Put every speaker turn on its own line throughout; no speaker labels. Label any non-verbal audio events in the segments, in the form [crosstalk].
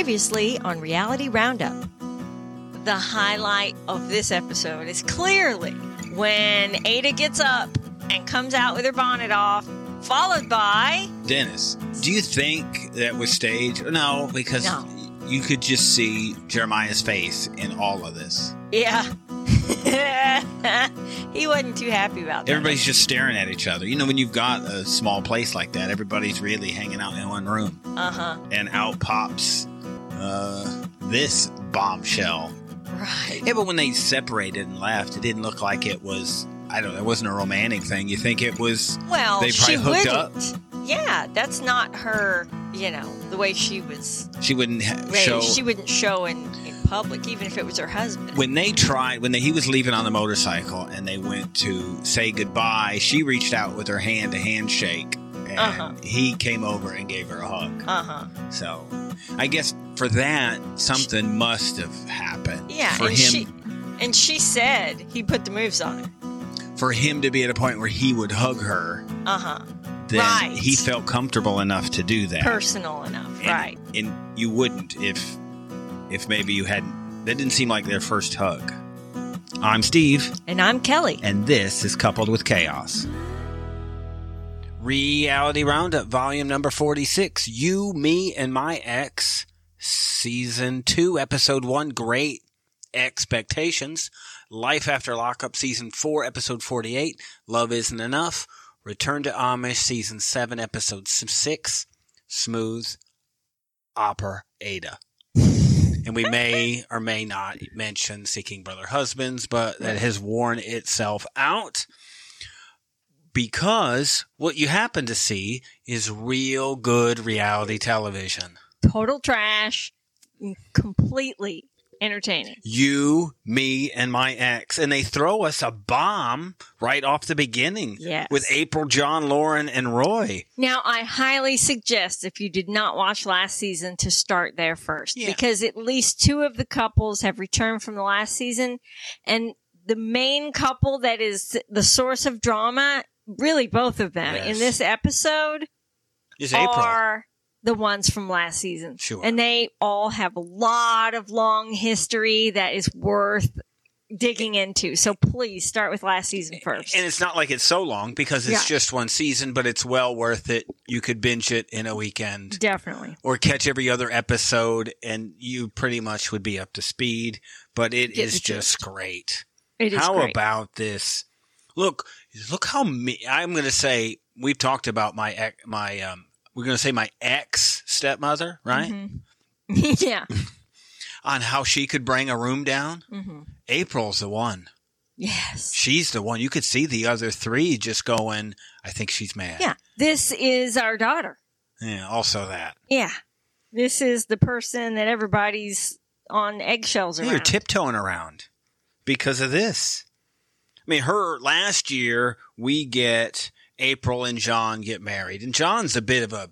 Previously on Reality Roundup. The highlight of this episode is clearly when Ada gets up and comes out with her bonnet off, followed by
Dennis, do you think that was staged? No, because
No.
you could just see Jeremiah's face in all of this.
yeah. [laughs] he wasn't too happy about that.
Everybody's just staring at each other. You know, when you've got a small place like that, everybody's really hanging out in one room.
Uh huh.
And out pops uh, this bombshell.
Right.
Yeah, but when they separated and left, it didn't look like it was. I don't. It wasn't a romantic thing. You think it was?
Well,
They
she
probably hooked
wouldn't.
up.
Yeah, that's not her. You know the way she was
She wouldn't ha-
raised.
show.
She wouldn't show in, in public, even if it was her husband.
when they tried when they, he was leaving on the motorcycle and they went to say goodbye she reached out with her hand to handshake and
Uh-huh.
he came over and gave her a hug
Uh huh.
so i guess for that something must have happened
Yeah,
for
and
him
she and she said he put the moves on her.
for him to be at a point where he would hug her
Uh huh.
then
Right.
he felt comfortable enough to do that
Personal enough,
And-
right?
and you wouldn't if if maybe you hadn't that didn't seem like their first hug i'm steve
And I'm Kelly.
and this is coupled with chaos. Reality Roundup, volume number 46 You, Me, and My Ex, season two, episode one Great Expectations, Life After Lockup, season four, episode 48, Love Isn't Enough, Return to Amish, season seven, episode s- six, Smooth Opera Ada. And we may or may not mention Seeking Brother Husbands, but that has worn itself out because what you happen to see is real good reality television.
Total trash. Completely entertaining.
You, me, and my ex. And they throw us a bomb right off the beginning
Yes.
with April, John, Lauren, and Roy.
Now, I highly suggest if you did not watch last season to start there first
Yeah.
because at least two of the couples have returned from the last season. And the main couple that is the source of drama, really both of them
Yes.
in this episode,
Is April.
are the ones from last season.
Sure.
And they all have a lot of long history that is worth digging into. So please start with last season first.
And it's not like it's so long because it's just one season, but it's well worth it. You could binge it in a weekend.
Definitely.
or catch every other episode and you pretty much would be up to speed but it
Get
is
the
just great
It is
how
great.
about this look look how me i'm going to say we've talked about my ex, my um we're going to say my ex stepmother right
Mhm. [laughs] yeah. Mm-hmm.
on how she could bring a room down
hmm
april's the one
Yes.
she's the one you could see the other three just going i think she's mad
Yeah. This is our daughter.
yeah also that
Yeah. This is the person that everybody's on eggshells
Yeah, You're
around.
tiptoeing around because of this. I mean, her last year, we get April and John get married, and John's a bit of a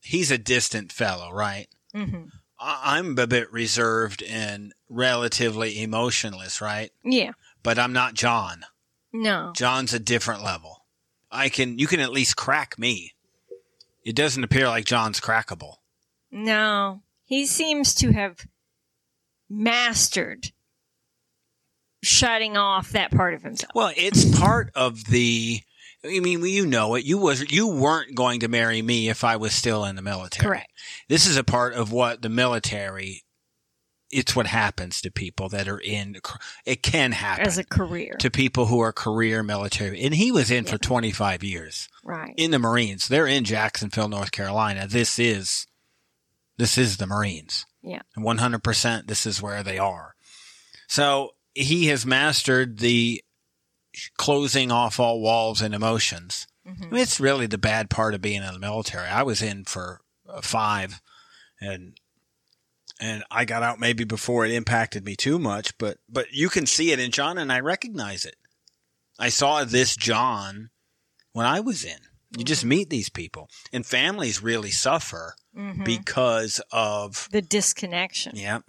he's a distant fellow, right?
hmm
I- I'm a bit reserved and relatively emotionless, right?
Yeah.
But I'm not John.
No.
John's a different level. I can you can at least crack me. It doesn't appear like John's crackable.
No. He seems to have mastered shutting off that part of himself.
Well, it's part of the. I mean, you know it. You was you weren't going to marry me if I was still in the military.
Correct.
This is a part of what the military. It's what happens to people that are in. It can happen
As a career.
to people who are career military, and he was in
Yeah.
for twenty five years
right.
in the Marines. They're in Jacksonville, North Carolina. This is, this is the Marines.
Yeah.
And 100%, this is where they are. So he has mastered the closing off all walls and emotions. I
Mhm.
mean, it's really the bad part of being in the military. I was in for uh, five and, and I got out maybe before it impacted me too much, but, but you can see it in John and I recognize it. I saw this John when I was in. You just meet these people and families really suffer
Mhm.
because of
the disconnection.
Yep.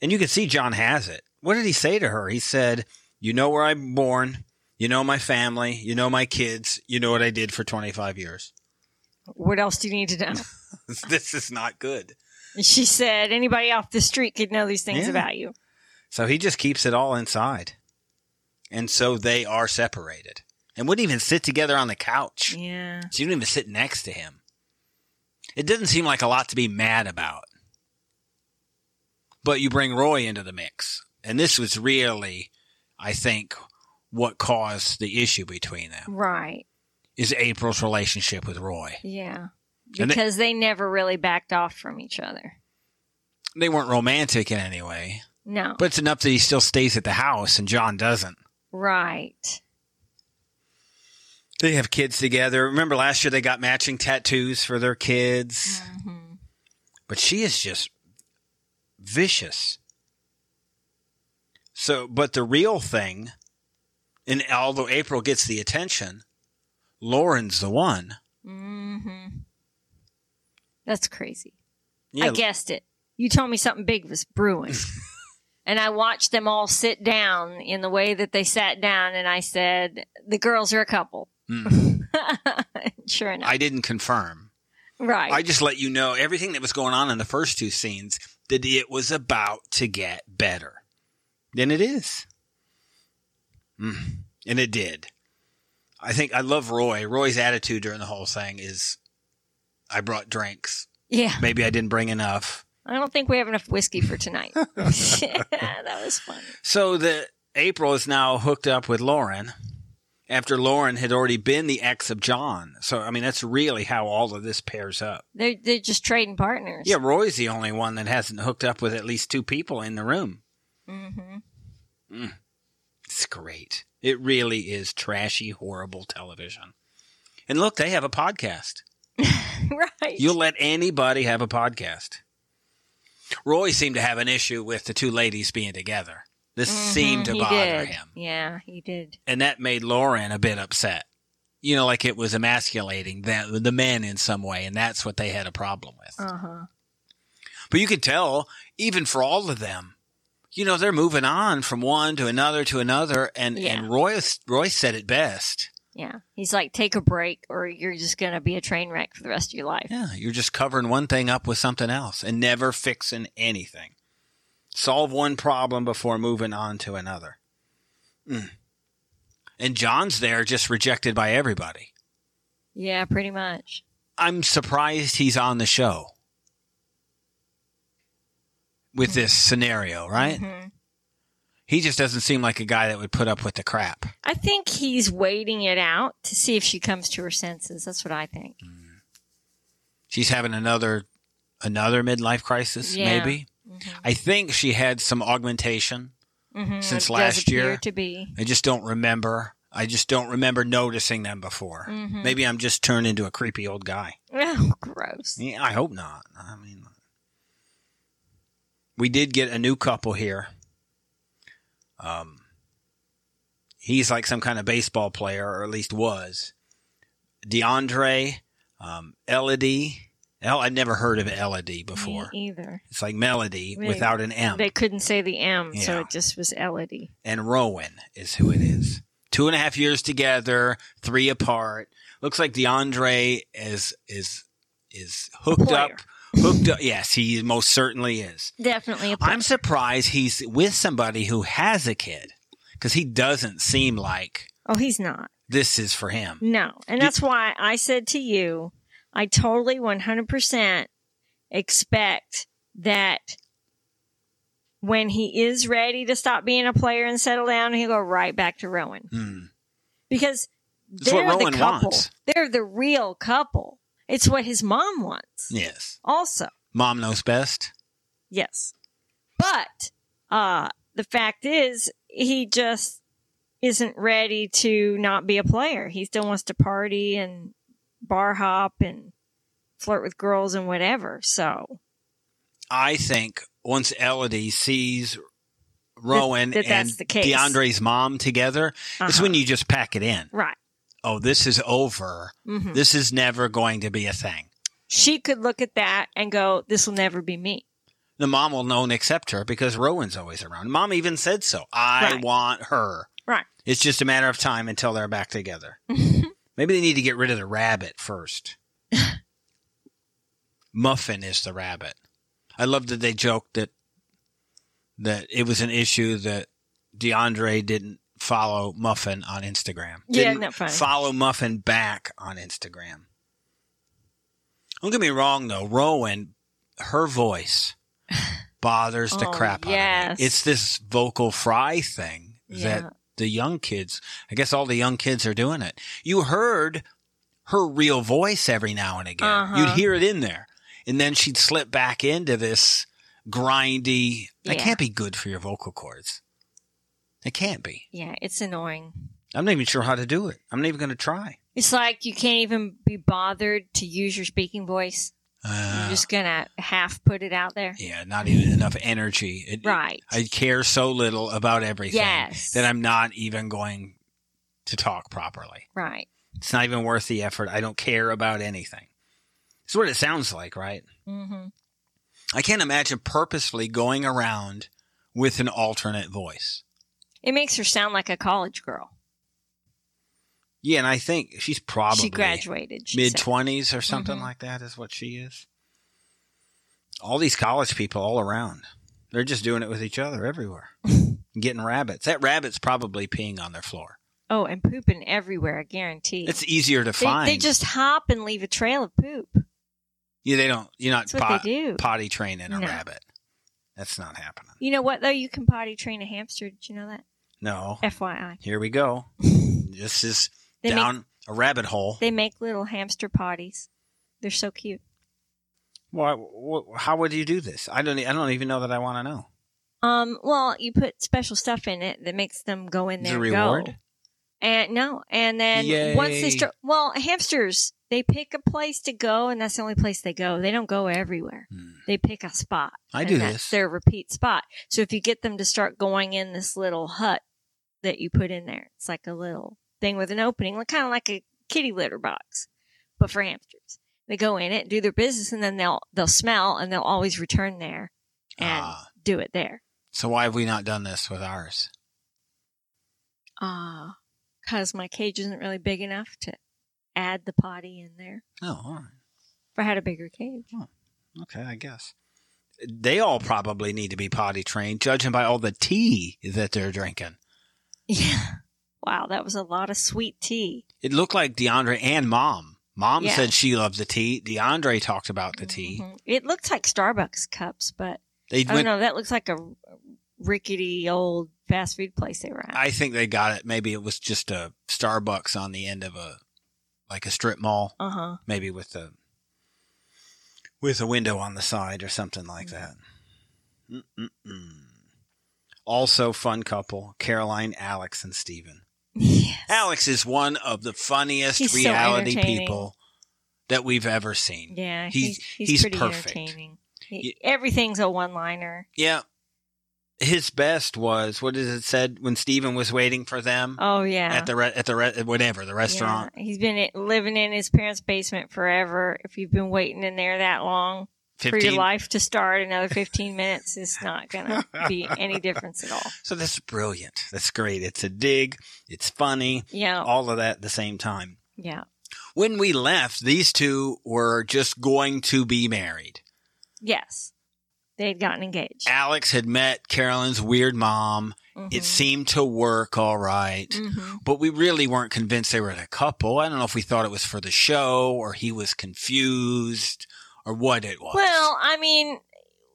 And you can see John has it. What did he say to her? He said, You know where I'm born. You know my family. You know my kids. You know what I did for 25 years. [laughs]
What else do you need to know?
this is not good.
[laughs] She said anybody off the street could know these things
Yeah.
about you.
So he just keeps it all inside. And so they are separated and wouldn't even sit together on the couch.
Yeah.
So you don't even sit next to him. It doesn't seem like a lot to be mad about. But you bring Roy into the mix. And this was really, I think, what caused the issue between them
Right.
is April's relationship with Roy.
Yeah.
And they-
Because they never really backed off from each other.
They weren't romantic in any way,
No.
but it's enough that he still stays at the house and John doesn't.
right.
They have kids together. Remember last year they got matching tattoos for their kids.
Mhm.
but she is just vicious. So, but the real thing, and although April gets the attention, Lauren's the one.
Mhm. Mm-hmm. That's crazy.
Yeah,
I guessed it. You told me something big was
[laughs]
brewing. and I watched them all sit down in the way that they sat down, and I said, The girls are a couple.
mm,
sure enough.
[laughs] I didn't confirm.
right.
I just let you know everything that was going on in the first two scenes that it was about to get better. Then it is. Mm, And it did. I think I love Roy. Roy's attitude during the whole thing is I brought drinks.
yeah.
Maybe I didn't bring enough.
I don't think we have enough whiskey for
[laughs]
tonight. [laughs] that was fun.
So the April is now hooked up with Lauren after Lauren had already been the ex of John. So I mean that's really how all of this pairs up.
They're, they're just trading partners.
Yeah, Roy's the only one that hasn't hooked up with at least two people in the room.
hmm
It's great. It really is trashy, horrible television. And look, they have a podcast.
[laughs] right.
You'll let anybody have a podcast. Roy seemed to have an issue with the two ladies being together. This
Mhm,
seemed to
he
bother
did.
him.
Yeah, he did.
and that made Lauren a bit upset. You know, like it was emasculating the, the men in some way, and that's what they had a problem with.
Uh huh.
But you could tell, even for all of them, you know, they're moving on from one to another to another, and
Yeah.
and Roy Roy said it best.
Yeah. He's like, take a break, or you're just going to be a train wreck for the rest of your life.
Yeah, you're just covering one thing up with something else and never fixing anything. Solve one problem before moving on to another. Mm. And John's there, just rejected by everybody.
Yeah, pretty much.
I'm surprised he's on the show with this scenario, right?
Mhm.
He just doesn't seem like a guy that would put up with the crap.
I think he's waiting it out to see if she comes to her senses. That's what I think.
She's having another another midlife crisis,
Yeah.
maybe.
Mhm.
I think she had some augmentation.
Mhm. It
Since
does
last
appear
year.
to be.
I just don't remember. I just don't remember noticing them before.
Mhm.
Maybe I'm just turned into a creepy old guy.
[laughs] Oh, gross.
Yeah, I hope not. I mean, we did get a new couple here. Um, he's like some kind of baseball player, or at least was. DeAndre, um, Elodie. El, I'd never heard of Elodie before.
Me either.
It's like Melody
Really?
without an M.
They couldn't say the M, so
Yeah.
it just was E Elodie.
And Rowan is who it is. Two and a half years together, three apart. Looks like DeAndre is is is hooked
player.
up, hooked up. Yes, he most certainly is.
Definitely a pl-
I'm surprised he's with somebody who has a kid because he doesn't seem like
Oh, he's not.
this is for him.
No. And that's why I said to you, I totally 100% expect that when he is ready to stop being a player and settle down, he'll go right back to Rowan
Hmm.
because
It's
they're
what
the
Rowan
couple.
wants.
They're the real couple. It's what his mom wants.
Yes.
Also,
Mom knows best.
yes. But uh the fact is he just isn't ready to not be a player. He still wants to party and bar hop and flirt with girls and whatever. So
I think once Elodie sees Rowan
that
and
that's the case.
DeAndre's mom together, it's
uh-huh.
when you just pack it in.
right.
Oh, this is over.
hmm
This is never going to be a thing.
She could look at that and go, "This will never be me."
The mom will know and accept her because Rowan's always around. Mom even said so. I
Right.
want her.
Right. Mm-hmm.
It's just a matter of time until they're back together.
[laughs]
Maybe they need to get rid of the rabbit first. Muffin is the rabbit. I love that they joked that that it was an issue that DeAndre didn't follow Muffin on Instagram.
Yeah,
Didn't
isn't that funny?
Follow Muffin back on Instagram. Don't get me wrong though, Rowan,
[laughs]
her voice bothers the
Oh,
crap out of
yes.
me. It's this vocal fry thing
Yeah.
that the young kids, I guess all the young kids are doing it. You heard her real voice every now and again.
Uh-huh.
You'd hear it in there. And then she'd slip back into this grindy. That
Yeah.
can't be good for your vocal cords. It can't be.
Yeah, it's annoying.
I'm not even sure how to do it. I'm not even going to try.
It's like you can't even be bothered to use your speaking voice.
Uh,
You're just gonna half put it out there.
yeah, not even enough energy. It,
Right.
I care so little about everything
Yes.
that I'm not even going to talk properly.
Right.
It's not even worth the effort. I don't care about anything. It's what it sounds like, right?
Mm-hmm.
I can't imagine purposefully going around with an alternate voice.
It makes her sound like a college girl.
Yeah, and I think she's probably
she graduated. she
mid
said.
twenties or something
Mhm.
like that is what she is. All these college people all around. They're just doing it with each other
[laughs]
everywhere. Getting rabbits. That rabbit's probably peeing on their floor.
Oh, and pooping everywhere. I guarantee.
It's easier to
they,
find.
they just hop and leave a trail of poop.
yeah, they don't you're not
That's what
pot,
they do.
potty training a
No.
rabbit. That's not happening.
You know what though? You can potty train a hamster. Did you know that?
No.
FYI,
Here
[laughs]
we go. This is
They make-
down a rabbit hole.
they make little hamster potties. They're so cute.
Why? wh- how would you do this? I don't. e, I don't even know that I want to know.
Um, well, you put special stuff in it that makes them go in
Is
there.
it
and
a
go.
reward?
And no, and then once
Yay.
they start, well, hamsters they pick a place to go, and that's the only place they go. They don't go everywhere.
Hmm.
They pick a spot.
I
and
do
that's
this.
Their repeat spot. So if you get them to start going in this little hut that you put in there, it's like a little thing with an opening, like kind of like a kitty litter box, but for hamsters. They go in it, do their business, and then they'll they'll smell, and they'll always return there and
Ah.
do it there.
So why have we not done this with ours?
Ah, because my cage isn't really big enough to add the potty in there.
Oh, all right.
If I had a bigger cage,
[laughs] Okay, I guess. They all probably need to be potty trained, judging by all the tea that they're drinking.
yeah. Wow, that was a lot of sweet tea.
It looked like DeAndre and mom. Mom
Yeah.
said she loved the tea. DeAndre talked about the tea.
Mhm. It looks like Starbucks cups, but
They
I don't
went.
know. That looks like a rickety old fast food place they were at.
I think they got it. Maybe it was just a Starbucks on the end of a like a strip mall,
uh
[laughs]
huh.
maybe with a with a window on the side or something
Mm.
like that. Mm-mm-mm. Also, fun couple Caroline, Alex, and Steven.
Yes.
Alex is one of the funniest
He's so
reality
entertaining.
people that we've ever seen. Yeah.
Yeah,
He's-
he's he's,
he's
pretty
perfect.
entertaining.
Ye-
He, everything's a one liner.
His best was what is it said when Steven was waiting for them
Oh yeah.
at the re- at the re- whatever the restaurant.
Yeah. He's been i- living in his parents' basement forever. If you've been waiting in there that long for your
15.
life to start, another 15 minutes is not going to be any difference at all.
So that's brilliant. That's great. It's a dig. It's funny.
Yeah.
All of that at the same time.
Yeah.
When we left, these two were just going to be married.
Yes. They had gotten engaged. Mm-hmm.
Alex had met Carolyn's weird mom. It seemed to work all right.
hmm
but we really weren't convinced they were a couple. I don't know if we thought it was for the show or he was confused or what it was.
Well, I mean,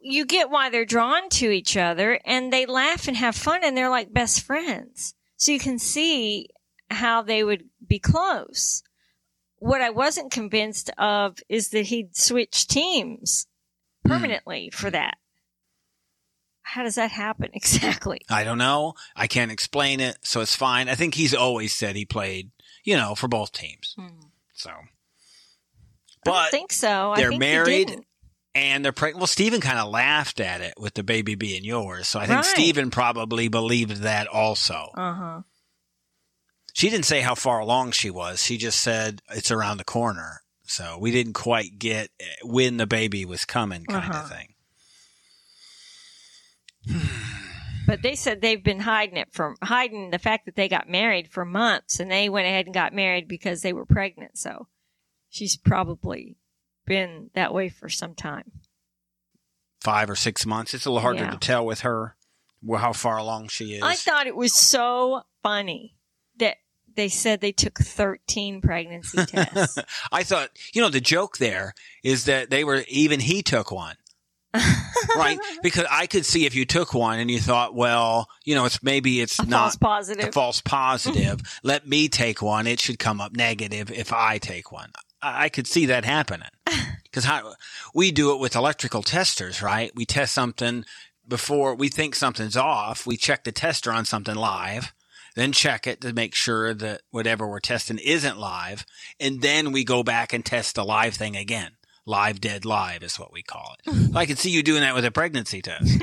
you get why they're drawn to each other and they laugh and have fun and they're like best friends. So you can see how they would be close. What I wasn't convinced of is that he'd switch teams permanently for that. How does that happen [laughs] exactly?
I don't know. I can't explain it, so it's fine. I think he's always said he played, you know, for both teams. So,
I don't
but
think so. I
they're
think he
married.
didn't.
and they're pregnant. Well, Steven kind of laughed at it with the baby being yours, so I think
Right.
Steven probably believed that also.
Uh-huh.
She didn't say how far along she was. She just said it's around the corner. So we didn't quite get eh, when the baby was coming, kind
Uh-huh.
of thing.
But they said they've been hiding it from hiding the fact that they got married for months and they went ahead and got married because they were pregnant. So she's probably been that way for some time.
five or six months. It's a little harder
Yeah.
to tell with her wh- how far along she is.
I thought it was so funny that they said they took 13
[laughs]
pregnancy tests.
I thought, you know, the joke there is that they were, even he took one.
[laughs]
right? Because I could see if you took one and you thought, well, you know, it's maybe it's
A
not
false positive.
a false positive. Let me take one. It should come up negative if I take one. I, I could see that happening because we do it with electrical testers, right? We test something before we think something's off. We check the tester on something live, then check it to make sure that whatever we're testing isn't live. And then we go back and test the live thing again. Live, dead, live is what we call it. I could see you doing that with a pregnancy test.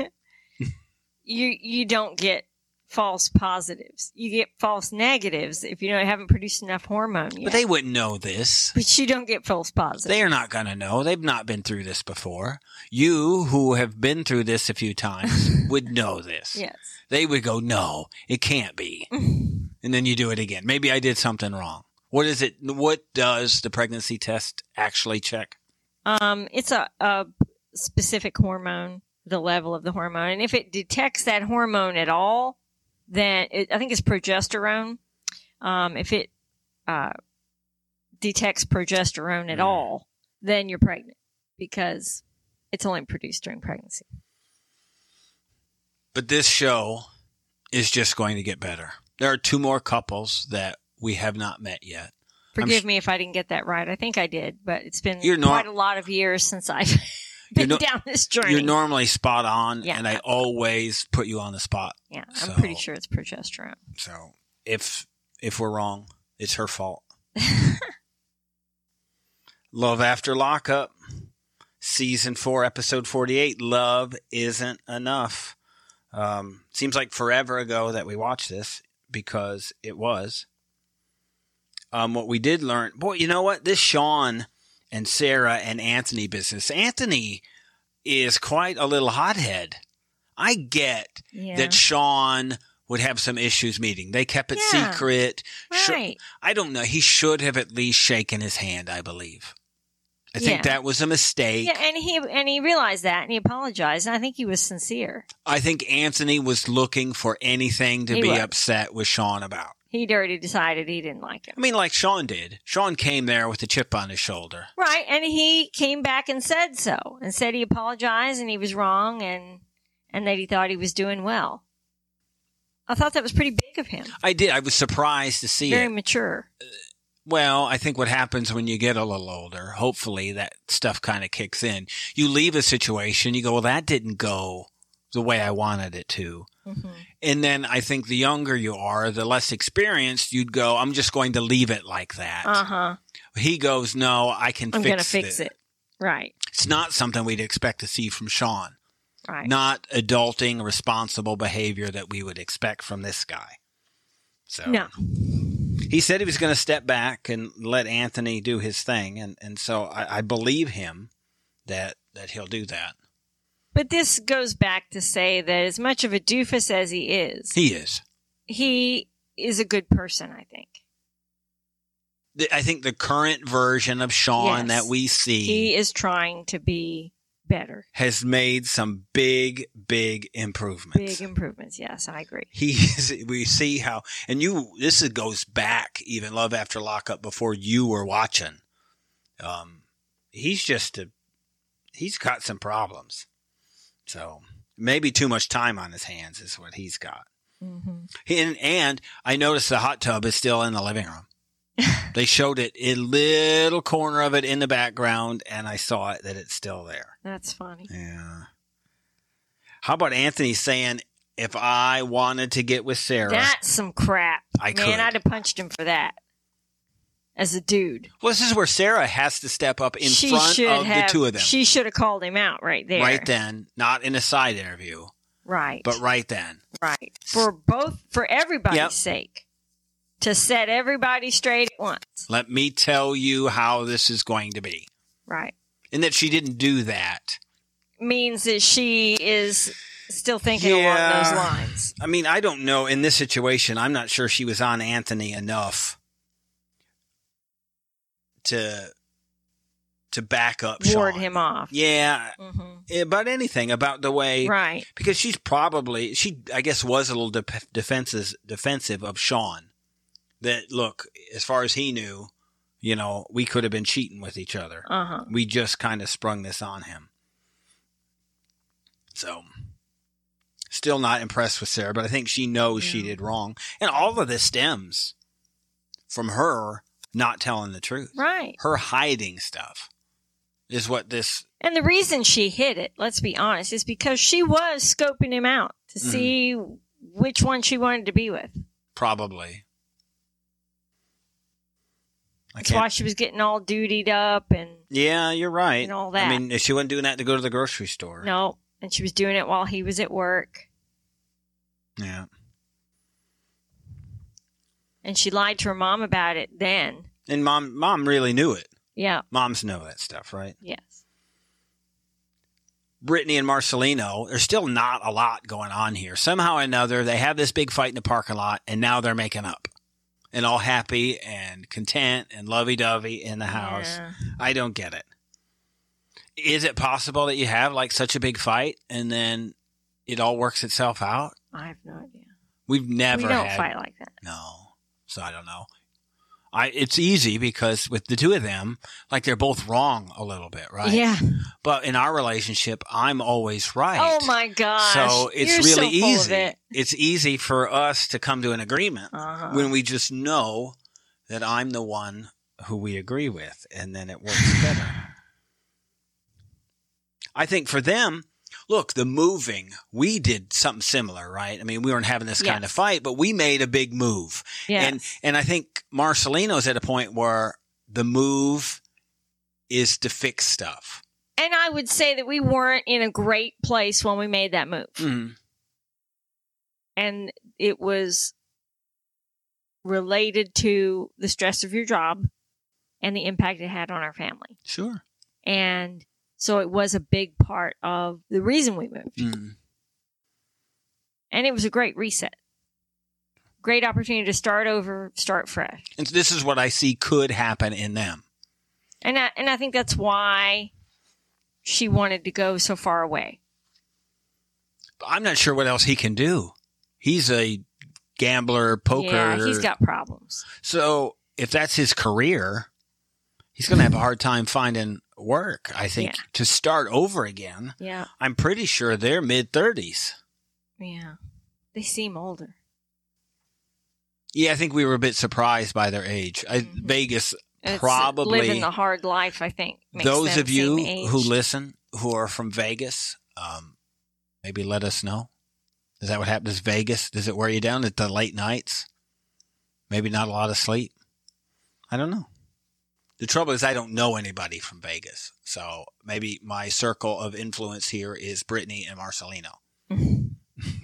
you you don't get false positives. You get false negatives if you don't haven't produced enough hormone yet.
But they wouldn't know this.
[laughs] But you don't get false positives.
They are not going to know. They've not been through this before. You, who have been through this a few times, would know this.
yes. [laughs]
They would go, no, it can't be. and then you do it again. Maybe I did something wrong. What is it? What does the pregnancy test actually check?
Um, it's a, a specific hormone, the level of the hormone, and if it detects that hormone at all, then it, I think it's progesterone. Um, if it uh, detects progesterone at
Mm.
all, then you're pregnant because it's only produced during pregnancy.
But this show is just going to get better. There are two more couples that we have not met yet.
Forgive
sh-
me if I didn't get that right. I think I did, but it's been
You're nor-
quite a lot of years since I've [laughs] been
nor-
down this journey.
You're normally spot on,
Yeah.
and I always put you on the spot.
yeah, I'm
so-
pretty sure it's progesterone.
So if if we're wrong, it's her fault. Love After Lockup, Season 4, Episode 48. Love Isn't Enough. Um, seems like forever ago that we watched this because it was. Um, what we did learn, boy, you know what? This Sean and Sarah and Anthony business. Anthony is quite a little hothead. I get
Yeah,
that Sean would have some issues meeting. They kept it
Yeah.
secret. Sh-
right.
I don't know. He should have at least shaken his hand, I believe. I think
Yeah.
that was a mistake.
Yeah, and he and he realized that and he apologized. And I think he was sincere.
I think Anthony was looking for anything to
He
be
was.
upset with Sean about.
He'd already decided he didn't like him.
I mean, like Sean did. Sean came there with a chip on his shoulder.
Right, and he came back and said so and said he apologized and he was wrong and and that he thought he was doing well. I thought that was pretty big of him.
I did. I was surprised to see
Very
it.
mature.
Well, I think what happens when you get a little older, hopefully that stuff kind of kicks in. You leave a situation, you go, well, that didn't go the way I wanted it to.
hmm
And then I think the younger you are, the less experienced you'd go, I'm just going to leave it like that.
Uh huh.
he goes, No, I can
I'm
fix
gonna fix
thi-
it. Right.
It's not something we'd expect to see from Sean.
Right.
Not adulting, responsible behavior that we would expect from this guy. So
No.
he said he was going to step back and let Anthony do his thing. And, and so I, I believe him that, that he'll do that.
But this goes back to say that as much of a doofus as he is,
He is.
he is a good person, I think.
The- I think the current version of
Yes.
Sean that we see.
He is trying to be better.
has made some big, big improvements.
Big improvements. Yes, I agree.
he is, we see how, and you, this is- goes back even Love After Lockup before you were watching. Um, he's just a, he's got some problems. So maybe too much time on his hands is what he's got.
Mm-hmm.
And, and I noticed the hot tub is still in the living room. they showed it a little corner of it in the background, and I saw it that it's still there.
That's funny.
Yeah. How about Anthony saying, if I wanted to get with Sarah,
That's some crap.
I
Man,
could.
I'd have punched him for that. As a dude,
well, this is where Sarah has to step up in
she
front
should
of
have,
the two of them.
She should have called him out right there.
Right then, not in a side interview,
Right.
but right then.
right. For both, for everybody's
Yep.
sake, to set everybody straight at once.
Let me tell you how this is going to be.
Right.
And that she didn't do that.
Means that she is still thinking
Yeah.
along those lines.
I mean, I don't know. In this situation, I'm not sure she was on Anthony enough to to back up
ward
Sean.
him off.
Yeah,
Mm-hmm.
about anything about the way
Right.
because she's probably she I guess was a little de- defenses defensive of Sean that look as far as he knew, you know, we could have been cheating with each other.
Uh huh.
We just kind of sprung this on him. So still not impressed with Sarah, but I think she knows she
Yeah.
did wrong. And all of this stems from her not telling the truth.
Right.
Her hiding stuff is what this
And the reason she hid it, let's be honest, is because she was scoping him out to
Mhm.
see which one she wanted to be with.
probably I
That's why she was getting all dutied up and
Yeah, you're right.
And all
I
that.
mean, if she wasn't doing that to go to the grocery store.
no, and she was doing it while he was at work.
Yeah.
And she lied to her mom about it then.
And mom, mom really knew it.
Yeah.
Moms know that stuff, right?
Yes.
Brittany and Marcelino, there's still not a lot going on here. Somehow or another, they have this big fight in the parking lot, and now they're making up and all happy and content and lovey dovey in the house.
Yeah.
I don't get it. Is it possible that you have like such a big fight and then it all works itself out?
I have no idea.
We've never
we don't
had
fight like that.
No. So I don't know. I it's easy because with the two of them, like they're both wrong a little bit, right?
Yeah.
But in our relationship, I'm always right.
Oh my gosh.
So it's
You're so
really
full of
easy.
it.
It's easy for us to come to an agreement
Uh-huh.
when we just know that I'm the one who we agree with, and then it
[sighs]
works better. I think for them, look, the moving, we did something similar, right? I mean, we weren't having this kind of
Yes.
fight, but we made a big move.
Yes.
And and I think Marcelino's at a point where the move is to fix stuff.
And I would say that we weren't in a great place when we made that move. And it was related to the stress of your job and the impact it had on our family.
Sure.
And so it was a big part of the reason we moved.
Mm.
And it was a great reset. Great opportunity to start over, start fresh.
And this is what I see could happen in them.
And I, and I think that's why she wanted to go so far away.
But I'm not sure what else he can do. He's a gambler, poker.
Yeah, he's got problems.
so if that's his career, he's going to have a hard time finding work. I think to start over again.
Yeah.
I'm pretty sure they're mid 30s.
Yeah. They seem older.
Yeah, I think we were a bit surprised by their age. I,
Mhm.
Vegas
It's
Probably-
living the hard life. I think makes
those
them
of you
seem aged.
who listen who are from Vegas, um, maybe let us know. Is that what happens? Vegas? Does it wear you down at the late nights? Maybe not a lot of sleep. I don't know. The trouble is, I don't know anybody from Vegas, so maybe my circle of influence here is Brittany and Marcelino.
Mm-hmm.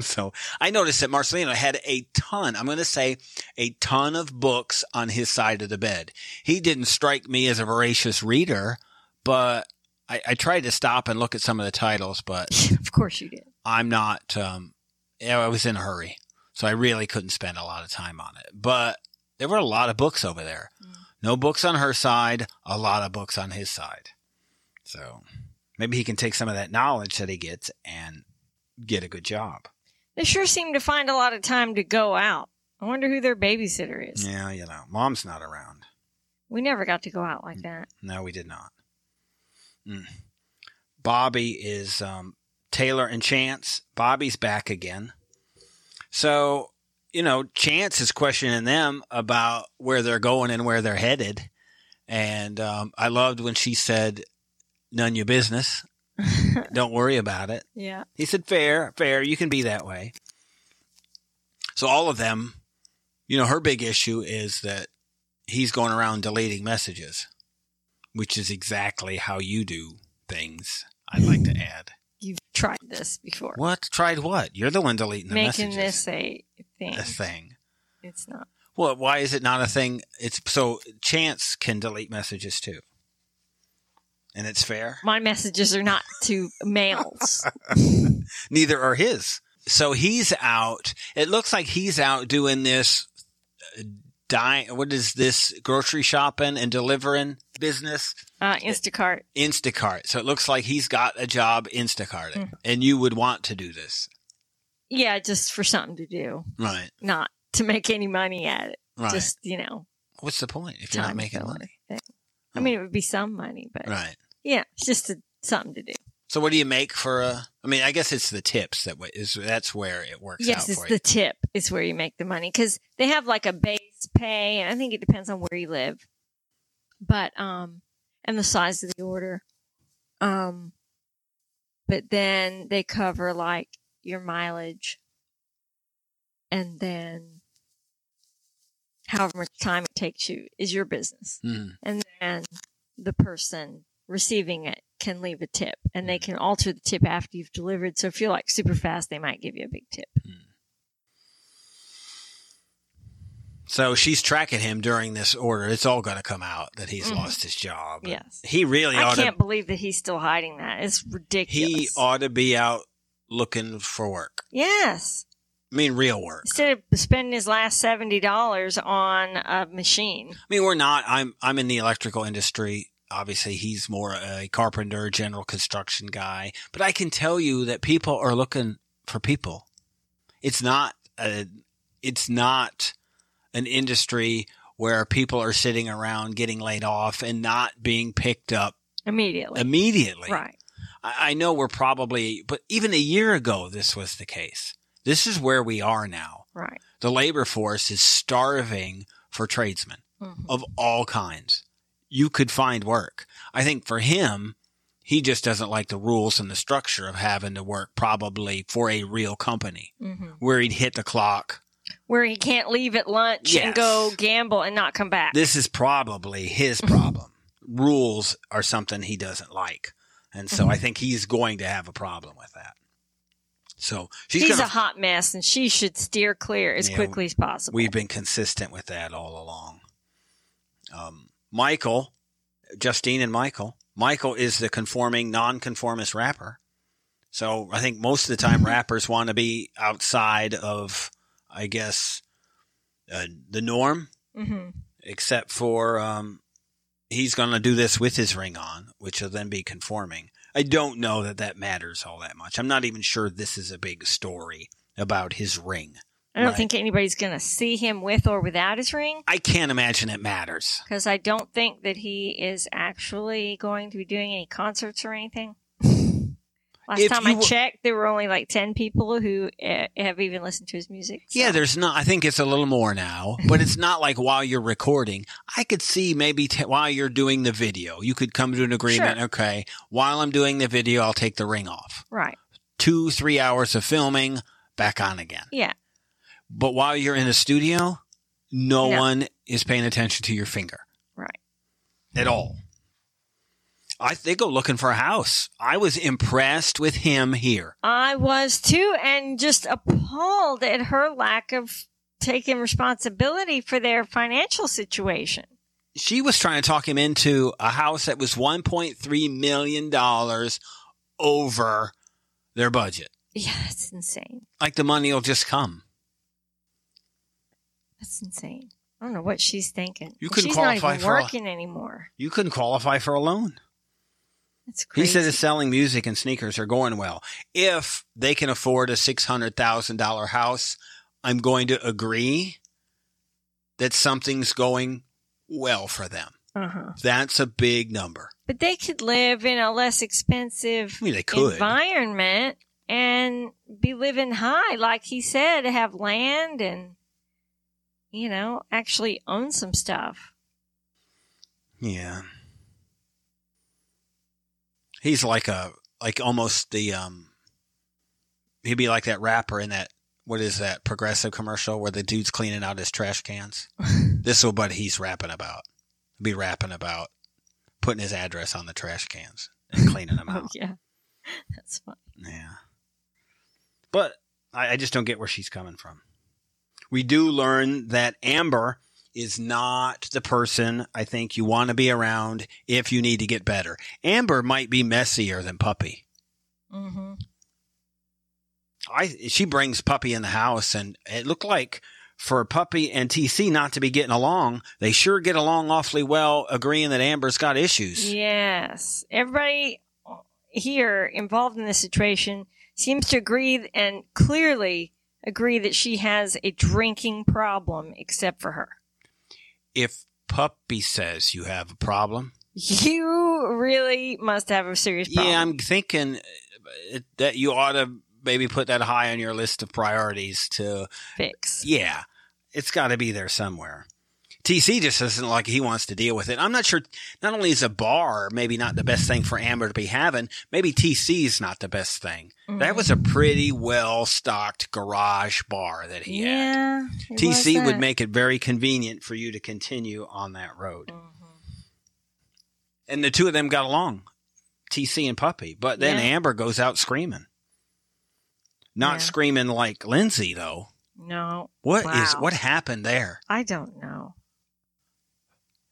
So I noticed that Marcelino had a ton, I'm going to say a ton of books on his side of the bed. He didn't strike me as a voracious reader, but I, I tried to stop and look at some of the titles, but
[laughs] of course you did.
I'm not, um, yeah, I was in a hurry. So I really couldn't spend a lot of time on it. But there were a lot of books over there.
Mm.
No books on her side, a lot of books on his side. So maybe he can take some of that knowledge that he gets and get a good job.
They sure seem to find a lot of time to go out. I wonder who their babysitter is.
Yeah, you know, mom's not around.
We never got to go out like that.
No, we did not. Mm. Bobby is um, Taylor and Chance. Bobby's back again. So, you know, Chance is questioning them about where they're going and where they're headed. And um, I loved when she said, None your business. Don't worry about it.
yeah.
He said, Fair, fair. You can be that way. So, all of them, you know, her big issue is that he's going around deleting messages, which is exactly how you do things, I'd like to add.
You've tried this before.
What? Tried what? You're the one deleting the
Making
messages.
this a thing.
a thing.
It's not.
Well, why is it not a thing? It's so chance can delete messages too. And it's fair.
My messages are not to
[laughs]
males.
neither are his. So he's out. It looks like he's out doing this. Uh, di- what is this grocery shopping and delivering business?
Uh, Instacart.
Instacart. So it looks like he's got a job Instacarting,
Hmm.
and you would want to do this,
Yeah, just for something to do,
right?
not to make any money at it.
Right.
Just, you know,
What's the point if you're
time
not making
filler
money?
thing. I
Oh.
mean, it would be some money, but
Right.
yeah, it's just a, something to do.
So what do you make for a? I mean, I guess it's the tips that wa- is that's where it works
Yes,
out
it's
for
the tip is where you make the money because they have like a base pay, and I think it depends on where you live, but um, and the size of the order, um, but then they cover like your mileage, and then however much time it takes you is your business,
you. Mhm.
and then the person receiving it can leave a tip, and they
Mm-hmm.
can alter the tip after you've delivered. So if you're like super fast, they might give you a big tip.
So she's tracking him during this order. It's all going to come out that he's
Mhm.
lost his job.
Yes.
He really
I
ought to.
can't believe that he's still hiding that. It's ridiculous.
He ought to be out looking for work.
yes.
I mean, real work.
Instead of spending his last seventy dollars on a machine,
I mean, we're not. I'm I'm in the electrical industry. Obviously, he's more a carpenter, general construction guy. But I can tell you that people are looking for people. It's not a. It's not an industry where people are sitting around getting laid off and not being picked up
immediately.
immediately.
Right.
I, I know we're probably, but even a year ago, this was the case. This is where we are now.
Right.
The labor force is starving for tradesmen
Mhm.
of all kinds. You could find work. I think for him, he just doesn't like the rules and the structure of having to work probably for a real company
Mhm.
where he'd hit the clock.
Where he can't leave at lunch and
Yes.
go gamble and not come back.
This is probably his
Mm-hmm.
problem. rules are something he doesn't like. And so I
Mm-hmm.
think he's going to have a problem with that. So she's
He's
gonna,
a hot mess, and she should steer clear as
Yeah,
quickly as possible.
We've been consistent with that all along. Um, Michael, Justine and Michael. Michael is the conforming, nonconformist rapper. So I think most of the time rappers want to be outside of, I guess, uh, the norm,
Mhm.
except for um, he's going to do this with his ring on, which will then be conforming. I don't know that that matters all that much. I'm not even sure this is a big story about his ring.
I don't
Right.
think anybody's going to see him with or without his ring
I can't imagine it matters.
because I don't think that he is actually going to be doing any concerts or
[laughs]
anything. Last
If
time
you
I
were-
checked, there were only like 10 people who uh, have even listened to his music. so-
Yeah, there's not. I think it's a little more now, but it's not like while you're recording. I could see maybe t- while you're doing the video, you could come to an agreement.
Sure.
Okay, while I'm doing the video, I'll take the ring off.
Right.
Two, three hours of filming, back on again.
Yeah.
But while you're in a studio, no,
No.
one is paying attention to your finger.
Right.
At all. I they go looking for a house. I was impressed with him here.
I was too, and just appalled at her lack of taking responsibility for their financial situation.
she was trying to talk him into a house that was 1.3 million dollars over their budget.
Yeah, that's insane.
Like the money will just come.
That's insane. I don't know what she's thinking.
You
And
couldn't
she's
qualify
not even
for a-
working anymore.
You couldn't qualify for a loan.
That's crazy.
He said his selling music and sneakers are going well. If they can afford a six hundred thousand dollar house, I'm going to agree that something's going well for them.
uh-huh.
That's a big number.
but they could live in a less expensive
I mean, they could.
environment and be living high, like he said, have land and you know actually own some stuff. [laughs]
Yeah. He's like a like almost the um he'd be like that rapper in that what is that progressive commercial where the dude's cleaning out his trash cans? this is what he's rapping about. Be rapping about putting his address on the trash cans and
[laughs]
cleaning them
Oh
out.
yeah, that's fun.
Yeah. But I, I just don't get where she's coming from. We do learn that Amber is not the person I think you want to be around if you need to get better. Amber might be messier than Puppy.
Mm-hmm.
I she brings Puppy in the house and it looked like for Puppy and TC not to be getting along. They sure get along awfully well, agreeing that Amber's got issues.
Yes. Everybody here involved in this situation seems to agree and clearly agree that she has a drinking problem, except for her.
If Puppy says you have a problem,
You really must have a serious problem.
yeah, I'm thinking uh, that you ought to maybe put that high on your list of priorities to
Fix.
Yeah, it's got to be there somewhere. TC just doesn't like he wants to deal with it. I'm not sure. Not only is a bar maybe not the best thing for Amber to be having, maybe TC's not the best thing.
Mm-hmm.
That was a pretty well stocked garage bar that he had.
Yeah. it
TC
was
would
that.
make it very convenient for you to continue on that road.
Mm-hmm.
And the two of them got along, TC and Puppy. But then
Yeah.
Amber goes out screaming. Not
Yeah.
screaming like Lindsay, though.
No,
What is
Wow.
what happened there?
I don't know.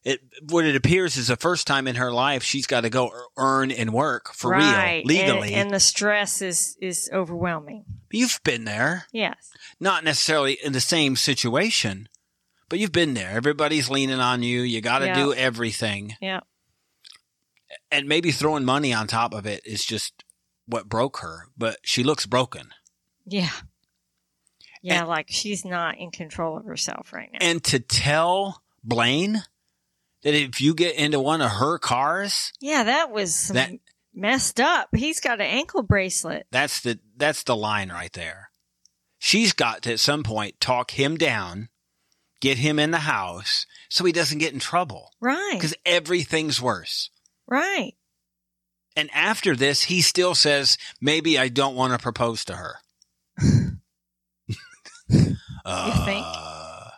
it what it appears is the first time in her life she's got to go ear- earn and work for
right.
real legally.
And, and the stress is, is overwhelming.
you've been there,
Yes.
not necessarily in the same situation, but you've been there. Everybody's leaning on you. You got to
Yeah.
do everything,
Yeah.
and maybe throwing money on top of it is just what broke her. But she looks broken,
Yeah. Yeah, like she's not in control of herself right now.
and to tell Blaine that if you get into one of her cars,
yeah, that was some
That-
messed up. He's got an ankle bracelet.
That's the that's the line right there. She's got to at some point talk him down, get him in the house so he doesn't get in trouble
Right.
because everything's worse.
Right.
And after this, he still says, "Maybe I don't want to propose to her."
[laughs] You think?
Uh,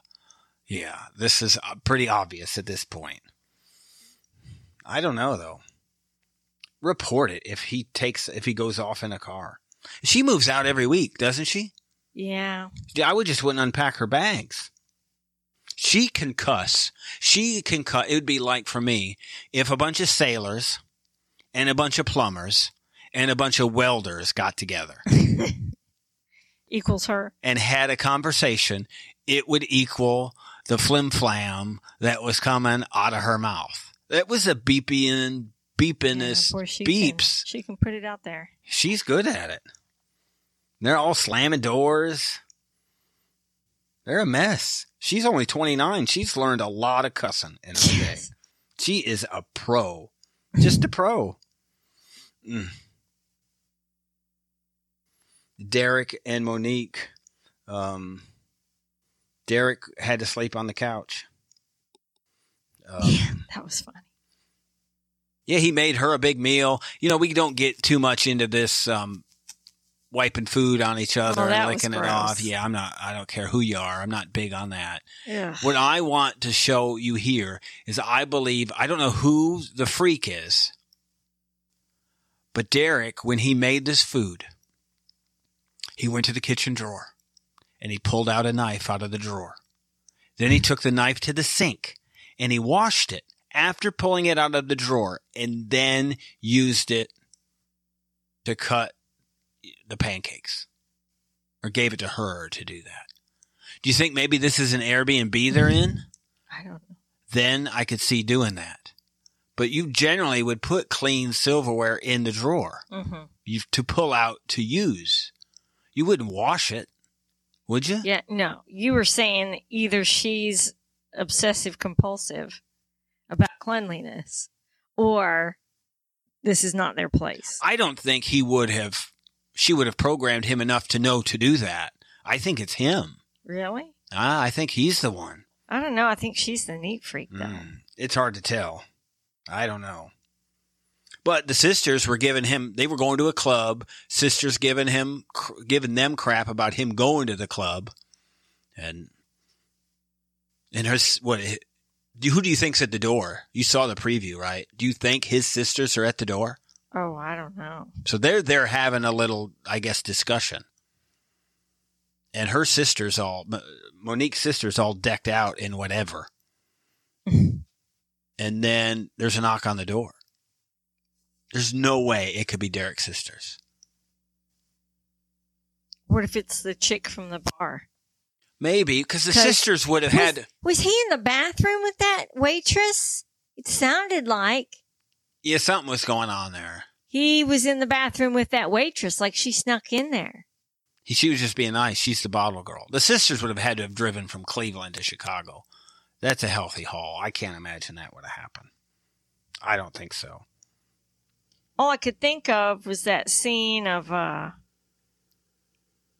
yeah, this is uh, pretty obvious at this point. I don't know though. Report it if he takes if he goes off in a car. She moves out every week, doesn't she?
Yeah.
I would just wouldn't unpack her bags. She can cuss. She can cuss. It would be like for me if a bunch of sailors and a bunch of plumbers and a bunch of welders got together
Equals her.
and had a conversation, it would equal the flim flam that was coming out of her mouth. That was a beeping, beepiness
Yeah, boy, she
beeps.
Can, she can put it out there.
She's good at it. They're all slamming doors. They're a mess. She's only 29. She's learned a lot of cussing
[laughs]
in her day.
Yes.
She is a pro. Just a pro. Mm. Derek and Monique. Um, Derek had to sleep on the couch. Um,
Yeah, that was funny.
yeah, he made her a big meal. You know, we don't get too much into this um, wiping food on each other
Oh,
and
that was
licking it
gross.
off. Yeah, I'm not. I don't care who you are. I'm not big on that.
Yeah.
What I want to show you here is, I believe I don't know who the freak is, but Derek, when he made this food, he went to the kitchen drawer and he pulled out a knife out of the drawer. Then he took the knife to the sink and he washed it after pulling it out of the drawer and then used it to cut the pancakes or gave it to her to do that. Do you think maybe this is an Airbnb they're in?
I don't know.
Then I could see doing that. But you generally would put clean silverware in the drawer
Mm-hmm.
you to pull out to use. You wouldn't wash it, would you?
Yeah, no. You were saying either she's obsessive compulsive about cleanliness or this is not their place.
I don't think he would have. She would have programmed him enough to know to do that. I think it's him.
Really?
Ah, I think he's the one.
I don't know. I think she's the neat freak though.
Mm, it's hard to tell. I don't know. But the sisters were giving him. They were going to a club. Sisters giving him, cr- giving them crap about him going to the club, and and her s- what? h- do- Who do you think's at the door? You saw the preview, right? Do you think his sisters are at the door?
Oh, I don't know.
So they're they're having a little, I guess, discussion. And her sister's all Mo- Monique's sister's all decked out in whatever. and then there's a knock on the door. There's no way it could be Derek's sisters.
What if it's the chick from the bar?
Maybe because the
'Cause-
sisters would have
Was-
had.
Was he in the bathroom with that waitress? It sounded like
Yeah, something was going on there.
he was in the bathroom with that waitress, like she snuck in there.
He, she was just being nice. She's the bottle girl. The sisters would have had to have driven from Cleveland to Chicago. That's a healthy haul. I can't imagine that would have happened. I don't think so.
All I could think of was that scene of, uh,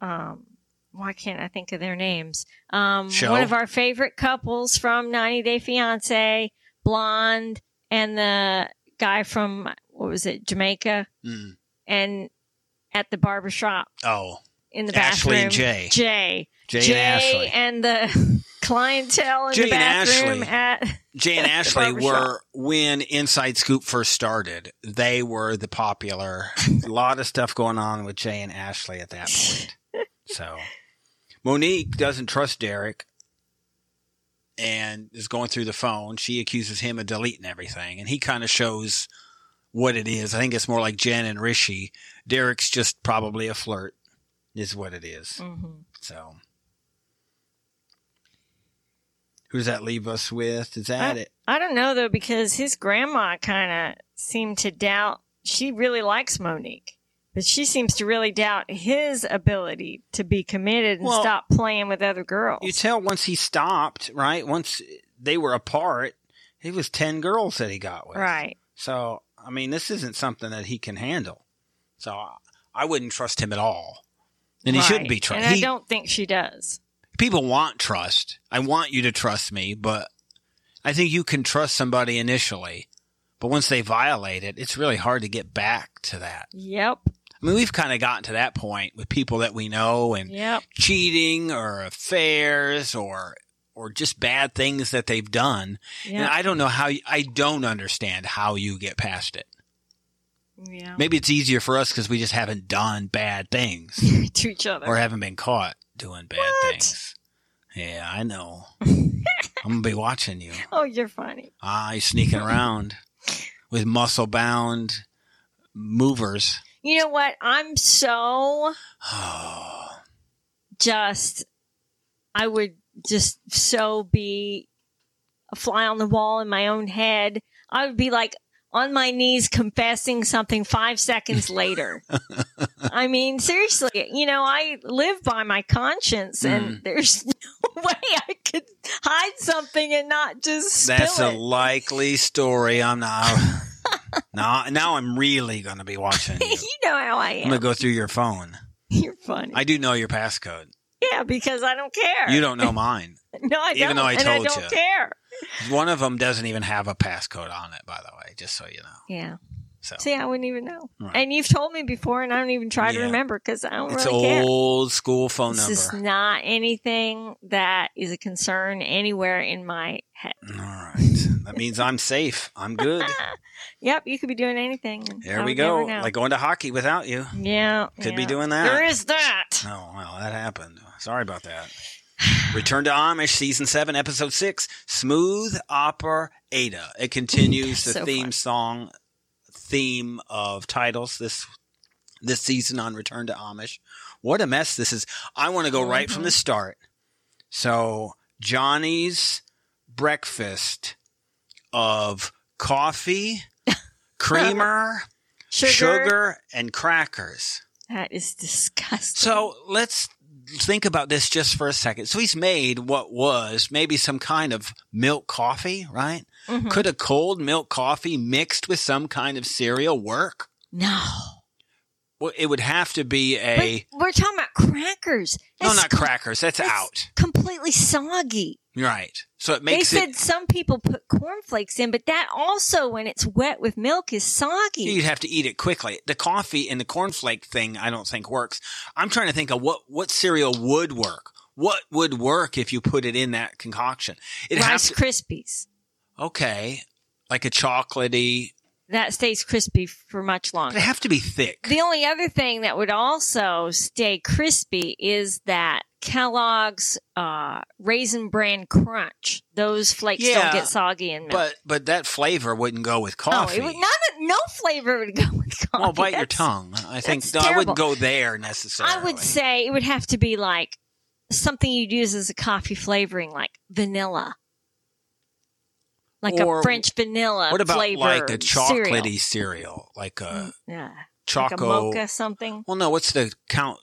um, why can't I think of their names? Um,
Shell?
one of our favorite couples from 90 Day Fiance, Blonde, and the guy from, what was it, Jamaica,
Mm.
and at the barber shop
Oh,
in the
Ashley
bathroom.
and Jay.
Jay.
Jay,
Jay
and Ashley.
and the [laughs] clientele in
Jay
the
and
bathroom
Ashley.
at
Jay and Ashley
barbershop.
were when Inside Scoop first started. They were the popular. a lot of stuff going on with Jay and Ashley at that
[laughs]
point. So Monique doesn't trust Derek and is going through the phone. She accuses him of deleting everything, and he kind of shows what it is. I think it's more like Jen and Rishi. Derek's just probably a flirt, is what it is.
Mhm.
So, who does that leave us with? Is that it?
I don't know though because his grandma kind of seemed to doubt she really likes Monique. But she seems to really doubt his ability to be committed and
Well,
stop playing with other girls.
You tell once he stopped, right? Once they were apart, it was 10 girls that he got with.
right.
So, I mean, this isn't something that he can handle. So, I- I wouldn't trust him at all. And he shouldn't
right.
be trusted.
And I don't think she does.
people want trust. I want you to trust me, but I think you can trust somebody initially. But once they violate it, it's really hard to get back to that.
Yep.
I mean, we've kind of gotten to that point with people that we know and
Yep.
cheating or affairs or or just bad things that they've done. And
Yep.
I don't know how you, I don't understand how you get past it.
yeah.
Maybe it's easier for us because we just haven't done bad things [laughs]
to each other.
or haven't been caught doing bad
What?
things. Yeah, I know. I'm gonna be watching you.
Oh, you're funny.
I sneaking around with muscle bound movers. [sighs]
You know what? I'm so
Oh,
just I would just so be a fly on the wall in my own head. I would be like on my knees confessing something five seconds
[laughs]
later. I mean, seriously, you know, I live by my conscience and
Mm.
there's [laughs] no way I could hide something and not just spill
That's a
it.
likely story. I'm not.
[laughs]
now, now I'm really going to be watching you.
you know how I
I'm
am.
going to go through your phone.
You're funny.
I do know your passcode.
yeah, because I don't care.
You don't know mine.
[laughs] no, I
even
don't.
though I
and
told
I don't
you.
care.
One of them doesn't even have a passcode on it, by the way, just so you know.
Yeah.
So
See, I wouldn't even know.
Right.
And you've told me before, and I don't even try to
Yeah.
remember because I don't
it's
really care.
old school phone
This is
number.
not anything that is a concern anywhere in my head.
All right. That means I'm safe.
[laughs]
I'm good.
Ah, Yep, you could be doing anything. and I
There we
would never
go.
know.
Like going to hockey without you.
yeah,
Could be
yeah.
doing that.
There is that.
Oh, well, that happened. Sorry about that. Return to Amish, Season 7, Episode 6, Smooth Opera Ada. It
[laughs]
continues the
So
theme
fun.
song theme of titles this this season on Return to Amish. What a mess this is. I want to go right from the
Mm-hmm.
start. So, Johnny's breakfast of
[laughs]
coffee, creamer,
Sugar.
sugar, and crackers.
That is disgusting.
So let's think about this just for a second. So he's made what was maybe some kind of milk coffee, right?
Mhm.
Could a cold milk coffee mixed with some kind of cereal work?
no.
Well, it would have to be a
But we're talking about crackers.
no,
That's
not crackers. That's
it's-
out,
completely soggy.
right? So it makes
they said
it.
some people put cornflakes in, but that also, when it's wet with milk, is soggy.
You'd have to eat it quickly. The coffee and the cornflake thing, I don't think works. I'm trying to think of what what cereal would work. What would work if you put it in that concoction? It has
Rice
to,
Krispies.
okay, like a chocolatey
That stays crispy for much
But they
longer.
have to be thick.
The only other thing that would also stay crispy is that Kellogg's uh, Raisin Bran Crunch. Those flakes
Yeah,
don't get soggy in milk.
but but that flavor wouldn't go with
no,
coffee.
it would, none of- no flavor would go with coffee.
well, bite your
That's-
tongue. I think
that's
no, I wouldn't
terrible.
go there necessarily.
I would say it would have to be like something you'd use as a coffee flavoring, like vanilla, like
Or
a French vanilla.
What about
flavor
like a
cereal.
chocolatey uh, cereal, like a
Yeah, like a
choco?
mocha something.
well, no, what's the count?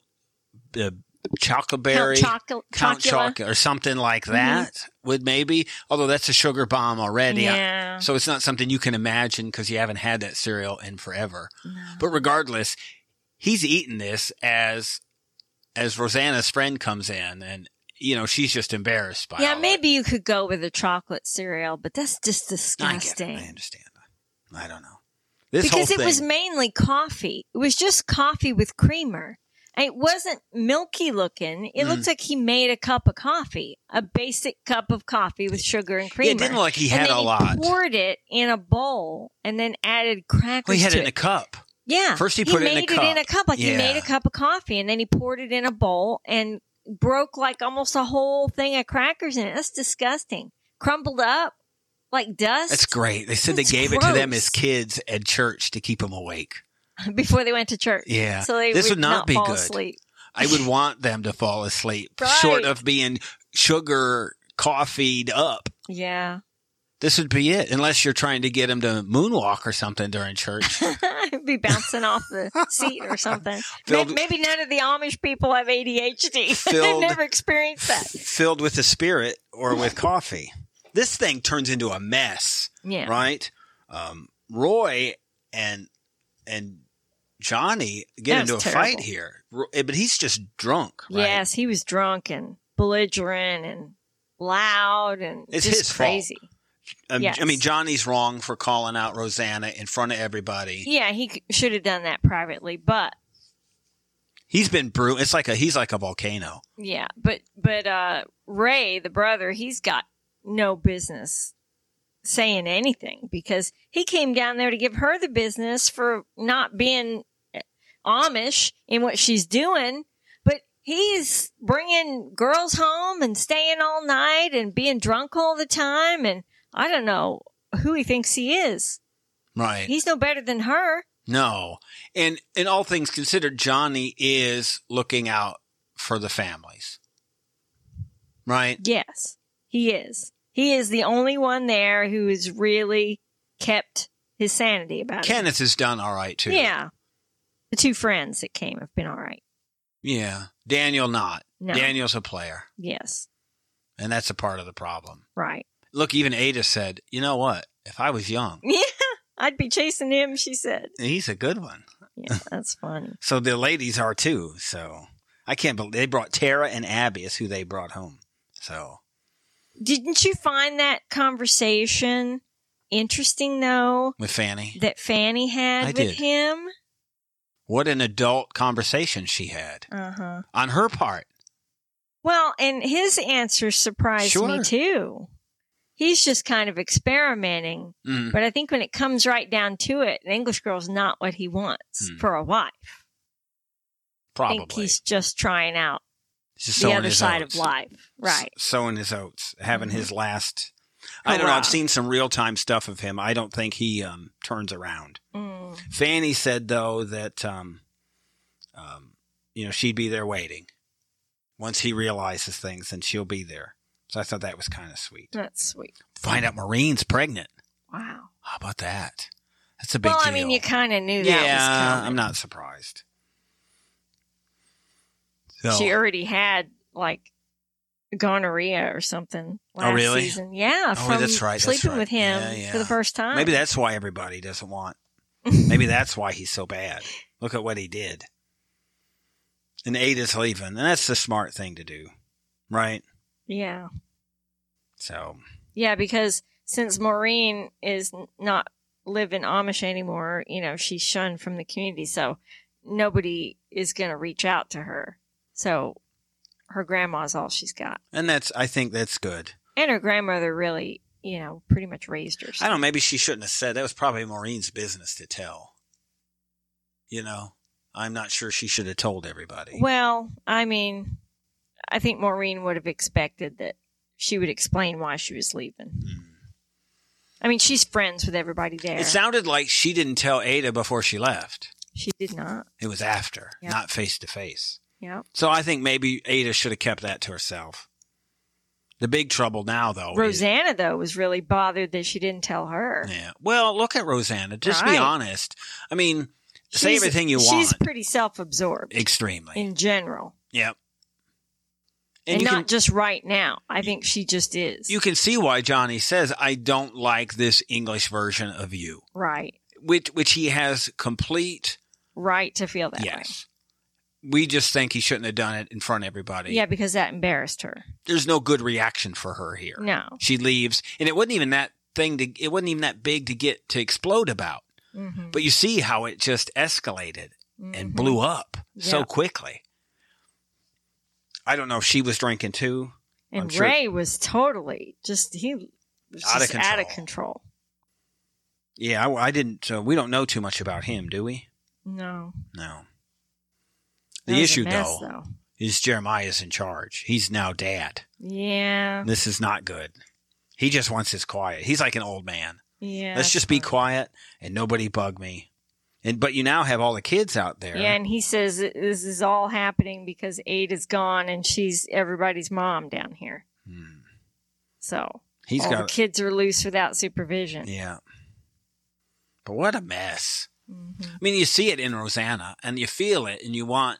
The
Count Mm-hmm.
chocoberry.
chocolate,
Count chocolate or something like that would maybe, although that's a sugar bomb already. I-
Yeah.
So it's not something you can imagine because you haven't had that cereal in forever.
No.
But regardless, he's eaten this as as Rosanna's friend comes in, and you know she's just embarrassed by.
Yeah,
all of
maybe you could go with a chocolate cereal, but that's just
it. I get it.
disgusting.
I understand. I don't know. This whole
because it
thing,
was mainly coffee. It was just coffee with creamer. And It wasn't milky looking. It
Mm.
looked like he made a cup of coffee, a basic cup of coffee with sugar and creamer.
it didn't look like he
and
had
then
a lot.
Poured it in a bowl and then added crackers.
Well, he had
to
it in a cup.
yeah.
First he put it in a
made it in
cup.
a cup, like he
Yeah.
made a cup of coffee, and then he poured it in a bowl and broke like almost a whole thing of crackers in it. That's disgusting. Crumbled up like dust
That's great. They said
That's
they gave it to them
gross.
as kids at church to keep them awake.
[laughs] before they went to church.
Yeah,
So they
this
would,
would not be
fall
good.
asleep.
I would want them to
[laughs]
fall asleep,
Right.
short of being sugar coffeeed up.
Yeah. [laughs]
This would be it, unless you're trying to get them to moonwalk or something
[laughs]
during church.
I'd be bouncing off the seat or
[laughs]
something. May-
Filled-
Maybe none of the Amish people have [laughs] ADHD. They've
Filled-
never experienced that.
filled with the spirit or with coffee. This thing turns into a mess,
Yeah.
right? Um, Roy and and Johnny get
That was
into a
terrible.
fight here, Ro- eh, but he's just drunk. Right?
Yes, he was drunk and belligerent and loud and
It's
just
his fault.
crazy.
Um,
yes.
I mean Johnny's wrong for calling out Rosanna in front of everybody.
Yeah, he c- should have done that privately, but
He's been brew. It's like a he's like a volcano.
yeah, but but uh Ray, the brother, he's got no business saying anything because he came down there to give her the business for not being eh, Amish in what she's doing, but he's bringing girls home and staying all night and being drunk all the time and I don't know who he thinks he is.
Right.
He's no better than her.
No. And and all things considered, Johnny is looking out for the families. Right?
Yes, he is. He is the only one there who has really kept his sanity about it.
Kenneth has done all right too.
Yeah. The two friends that came have been all right.
Yeah. Daniel not.
No.
Daniel's a player.
Yes.
And that's a part of the problem.
Right. [laughs]
Look, even Ada said, you know what? If I was young,
Yeah. I'd be chasing him, she said.
he's a good one.
Yeah, that's funny.
So the ladies are too. So I can't believe they brought Tara and Abby is who they brought home. So
Didn't you find that conversation interesting though
with Fanny.
that Fanny had
I
with
did.
him?
What an adult conversation she had
Uh-huh.
on her part.
Well, and his answer surprised me
Sure.
too. He's just kind of experimenting
Mm.
But I think when it comes right down to it, an English girl's not what he wants
Hmm.
for a wife. I
Probably.
think he's just trying out
Just
the
sowing
other
his
side
oats.
of life. Right.
S- sowing his oats, having
Mhm.
his last. I don't know.
Hurrah.
I've seen some real time stuff of him. I don't think he um, turns around.
Mm.
Fanny said though that um, um, you know she'd be there waiting. Once he realizes things, then she'll be there. So I thought that was kind of sweet.
That's sweet.
Find out Marine's pregnant.
Wow.
How about that? That's a big
Well,
deal.
I mean, you kind of knew that was
yeah,
coming.
I'm not surprised. So,
She already had like gonorrhea or something last
Oh, really?
season. Yeah.
Oh,
from
that's right, that's
Sleeping
right.
with him
Yeah, yeah.
for the first time.
Maybe that's why everybody doesn't want. Maybe that's why he's so bad. Look at what he did. And Ada's leaving, and that's the smart thing to do, right?
Yeah.
So
Yeah, because since Maureen is n- not living Amish anymore, you know, she's shunned from the community, so nobody is going to reach out to her. So her grandma's all she's got.
and that's I think that's good.
And her grandmother really, you know, pretty much raised her.
I don't know, maybe she shouldn't have said that was probably Maureen's business to tell. You know? I'm not sure she should have told everybody.
Well, I mean, I think Maureen would have expected that she would explain why she was leaving.
Mm.
I mean, she's friends with everybody there.
It sounded like she didn't tell Ada before she left.
she did not.
It was after,
Yeah.
not face to face.
Yep.
So I think maybe Ada should have kept that to herself. The big trouble now, though, is-
Rosanna though was really bothered that she didn't tell her.
Oh, yeah. Well, look at Rosanna. Just be
Right.
honest. I mean, say
She's-
everything you
She's
want.
pretty self-absorbed
Extremely.
in general,
yep.
and,
you
not
can,
just right now. I think she just is.
you can see why Johnny says, "I don't like this English version of you,"
right,
which which he has complete
right to feel that
yes. We just think he shouldn't have done it in front of everybody.
way. Yeah, because that embarrassed her.
There's no good reaction for her here.
No.
She leaves, and it wasn't even that thing to. It wasn't even that big to get to explode about.
Mhm.
But you see how it just escalated and
Mhm.
blew up so
Yeah.
quickly. I don't know if she was drinking too.
And
I'm sure-
Ray was totally just he was
Out of
just out of
control.
control.
Yeah, I, I didn't. Uh, we don't know too much about him, do we?
No.
No.
That was
The
a
issue,
mess,
though, is Jeremiah's in charge. He's now dad.
Yeah.
This is not good. He just wants his quiet. He's like an old man.
Yeah.
Let's just be
that's
quiet and nobody bug me. And but you now have all the kids out there.
right. Yeah, and he says that this is all happening because Aid is gone and she's everybody's mom down here.
Hmm.
So
He's
all
got
the kids are loose without supervision.
Yeah. But what a mess.
Mhm.
I mean, you see it in Rosanna and you feel it and you want,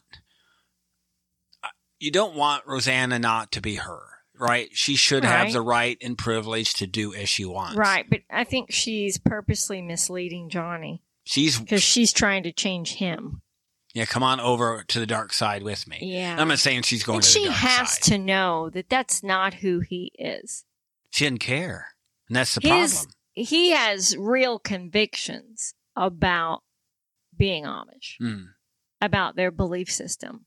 uh, you don't want Rosanna not to be her, right? She should have
Right.
the right and privilege to do as she wants.
Right, but I think she's purposely misleading Johnny
She's,
because she's trying to change him.
yeah, come on over to the dark side with me.
Yeah.
I'm not saying she's going
and
to
she
the dark
has
side.
to know that that's not who he is.
She didn't care. And that's the
His-
problem.
he has real convictions about being Amish,
Mm.
about their belief system,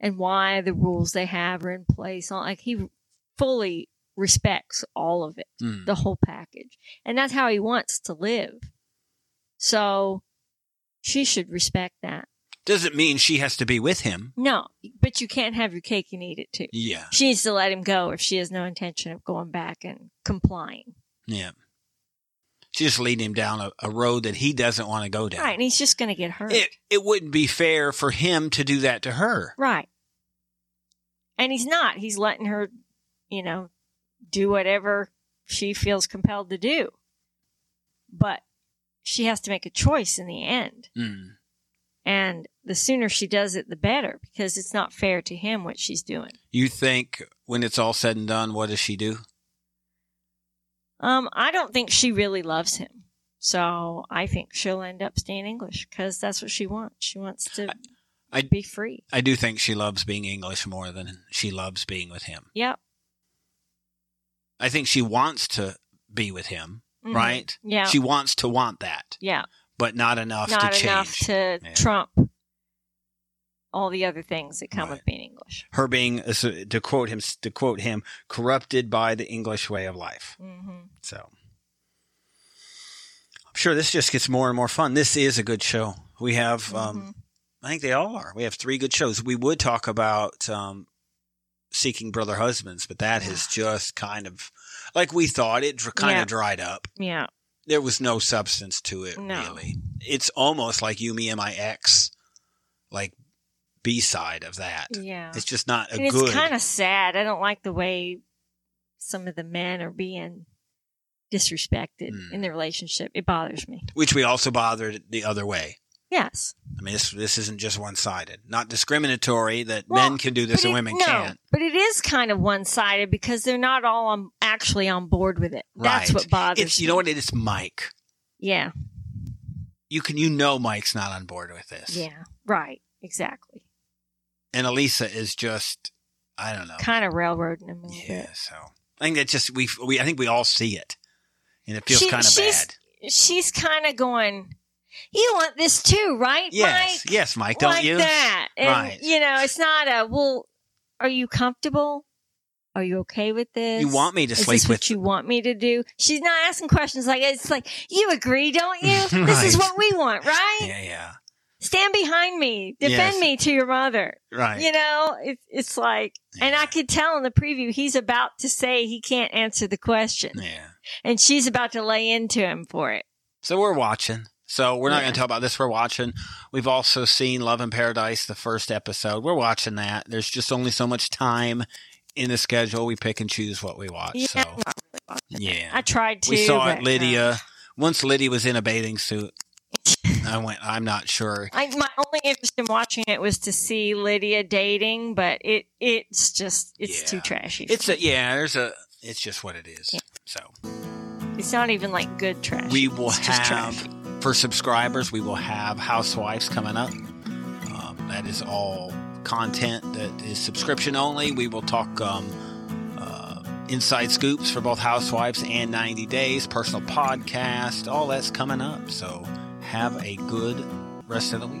and why the rules they have are in place. All- Like he fully respects all of it,
Mm.
the whole package, and that's how he wants to live. So she should respect that.
Doesn't mean she has to be with him.
No, but you can't have your cake and eat it too.
Yeah.
She needs to let him go if she has no intention of going back and complying.
Yeah. She's just leading him down a, a road that he doesn't want to go down.
Right, and he's just going to get hurt.
It, it wouldn't be fair for him to do that to her.
Right. And he's not. He's letting her, you know, do whatever she feels compelled to do. But she has to make a choice in the end.
Mm.
And the sooner she does it, the better because it's not fair to him what she's doing.
You think when it's all said and done, what does she do?
Um, I don't think she really loves him. So I think she'll end up staying English because that's what she wants. She wants to
I-
be free.
I do think she loves being English more than she loves being with him.
Yep.
I think she wants to be with him,
Mhm.
right?
Yeah.
She wants to want that,
yeah.
but not enough
not
to
enough to
change. Yeah.
trump all the other things that come
Right.
with being English.
her being, uh, so- to quote him, to quote him, corrupted by the English way of life.
hmm
So I'm sure this just gets more and more fun. This is a good show. We have,
Mm-hmm.
um, I think they all are. We have three good shows. We would talk about um, Seeking Brother Husbands, but that has just kind of, like we thought, it dr- kind
Yeah.
of dried up.
Yeah,
There was no substance to it,
No.
really. It's almost like You, Me, and My Ex, like B side of that.
yeah.
It's just not a
and
good.
it's kind of sad. I don't like the way some of the men are being disrespected
Mm.
in the relationship. It bothers me.
which we also bothered the other way.
Yes,
I mean, this this isn't just one sided. Not discriminatory that
Well,
men can do this
But
and
it-
women
no,
can't.
But it is kind of one sided because they're not all on, actually on board with it. That's
Right.
what bothers
It's you
me.
know what? It is Mike.
Yeah,
You can you know Mike's not on board with this.
yeah, right, exactly.
And Elisa is just I don't know.
Kind of railroading him a little bit.
Oh. yeah. So I think that just we we I think we all see it, and it feels
She-
kind of
she's-
bad.
she's kind of going, You want this too, right?
Yes.
Mike?
yes, Mike. Don't
like
you?
that. And,
Right.
you know, it's not a, well, are you comfortable? Are you okay with this?
You want me to
Is
sleep
this
with?
what you want me to do? She's not asking questions like it's like you agree, don't you?
[laughs]
This
Right.
is what we want, right?
yeah. Yeah.
Stand behind me, defend
Yes.
me to your mother.
Right.
You know, it's it's like, and I could tell in the preview he's about to say he can't answer the question,
Yeah.
and she's about to lay into him for it.
So we're watching. So we're not
Yeah.
going to talk about this. We're watching. We've also seen Love in Paradise, the first episode. We're watching that. There's just only so much time in the schedule. We pick and choose what we watch.
Yeah,
So
I'm not really watching.
yeah,
I tried to.
we saw
but,
it.
uh,
Lydia. Once Lydia was in a bathing
[laughs]
suit. I went. I'm not sure.
I, my only interest in watching it was to see Lydia dating, but it it's just it's too
Yeah.
trashy. for
It's a yeah. There's a. It's just what it is.
Yeah.
So
It's not even like good trash.
we will
It's just
have
trash.
for subscribers. We will have housewives coming up. Um, that is all content that is subscription only. We will talk um, uh, inside scoops for both housewives and 90 days, personal podcast. All that's coming up. So have a good rest of the week.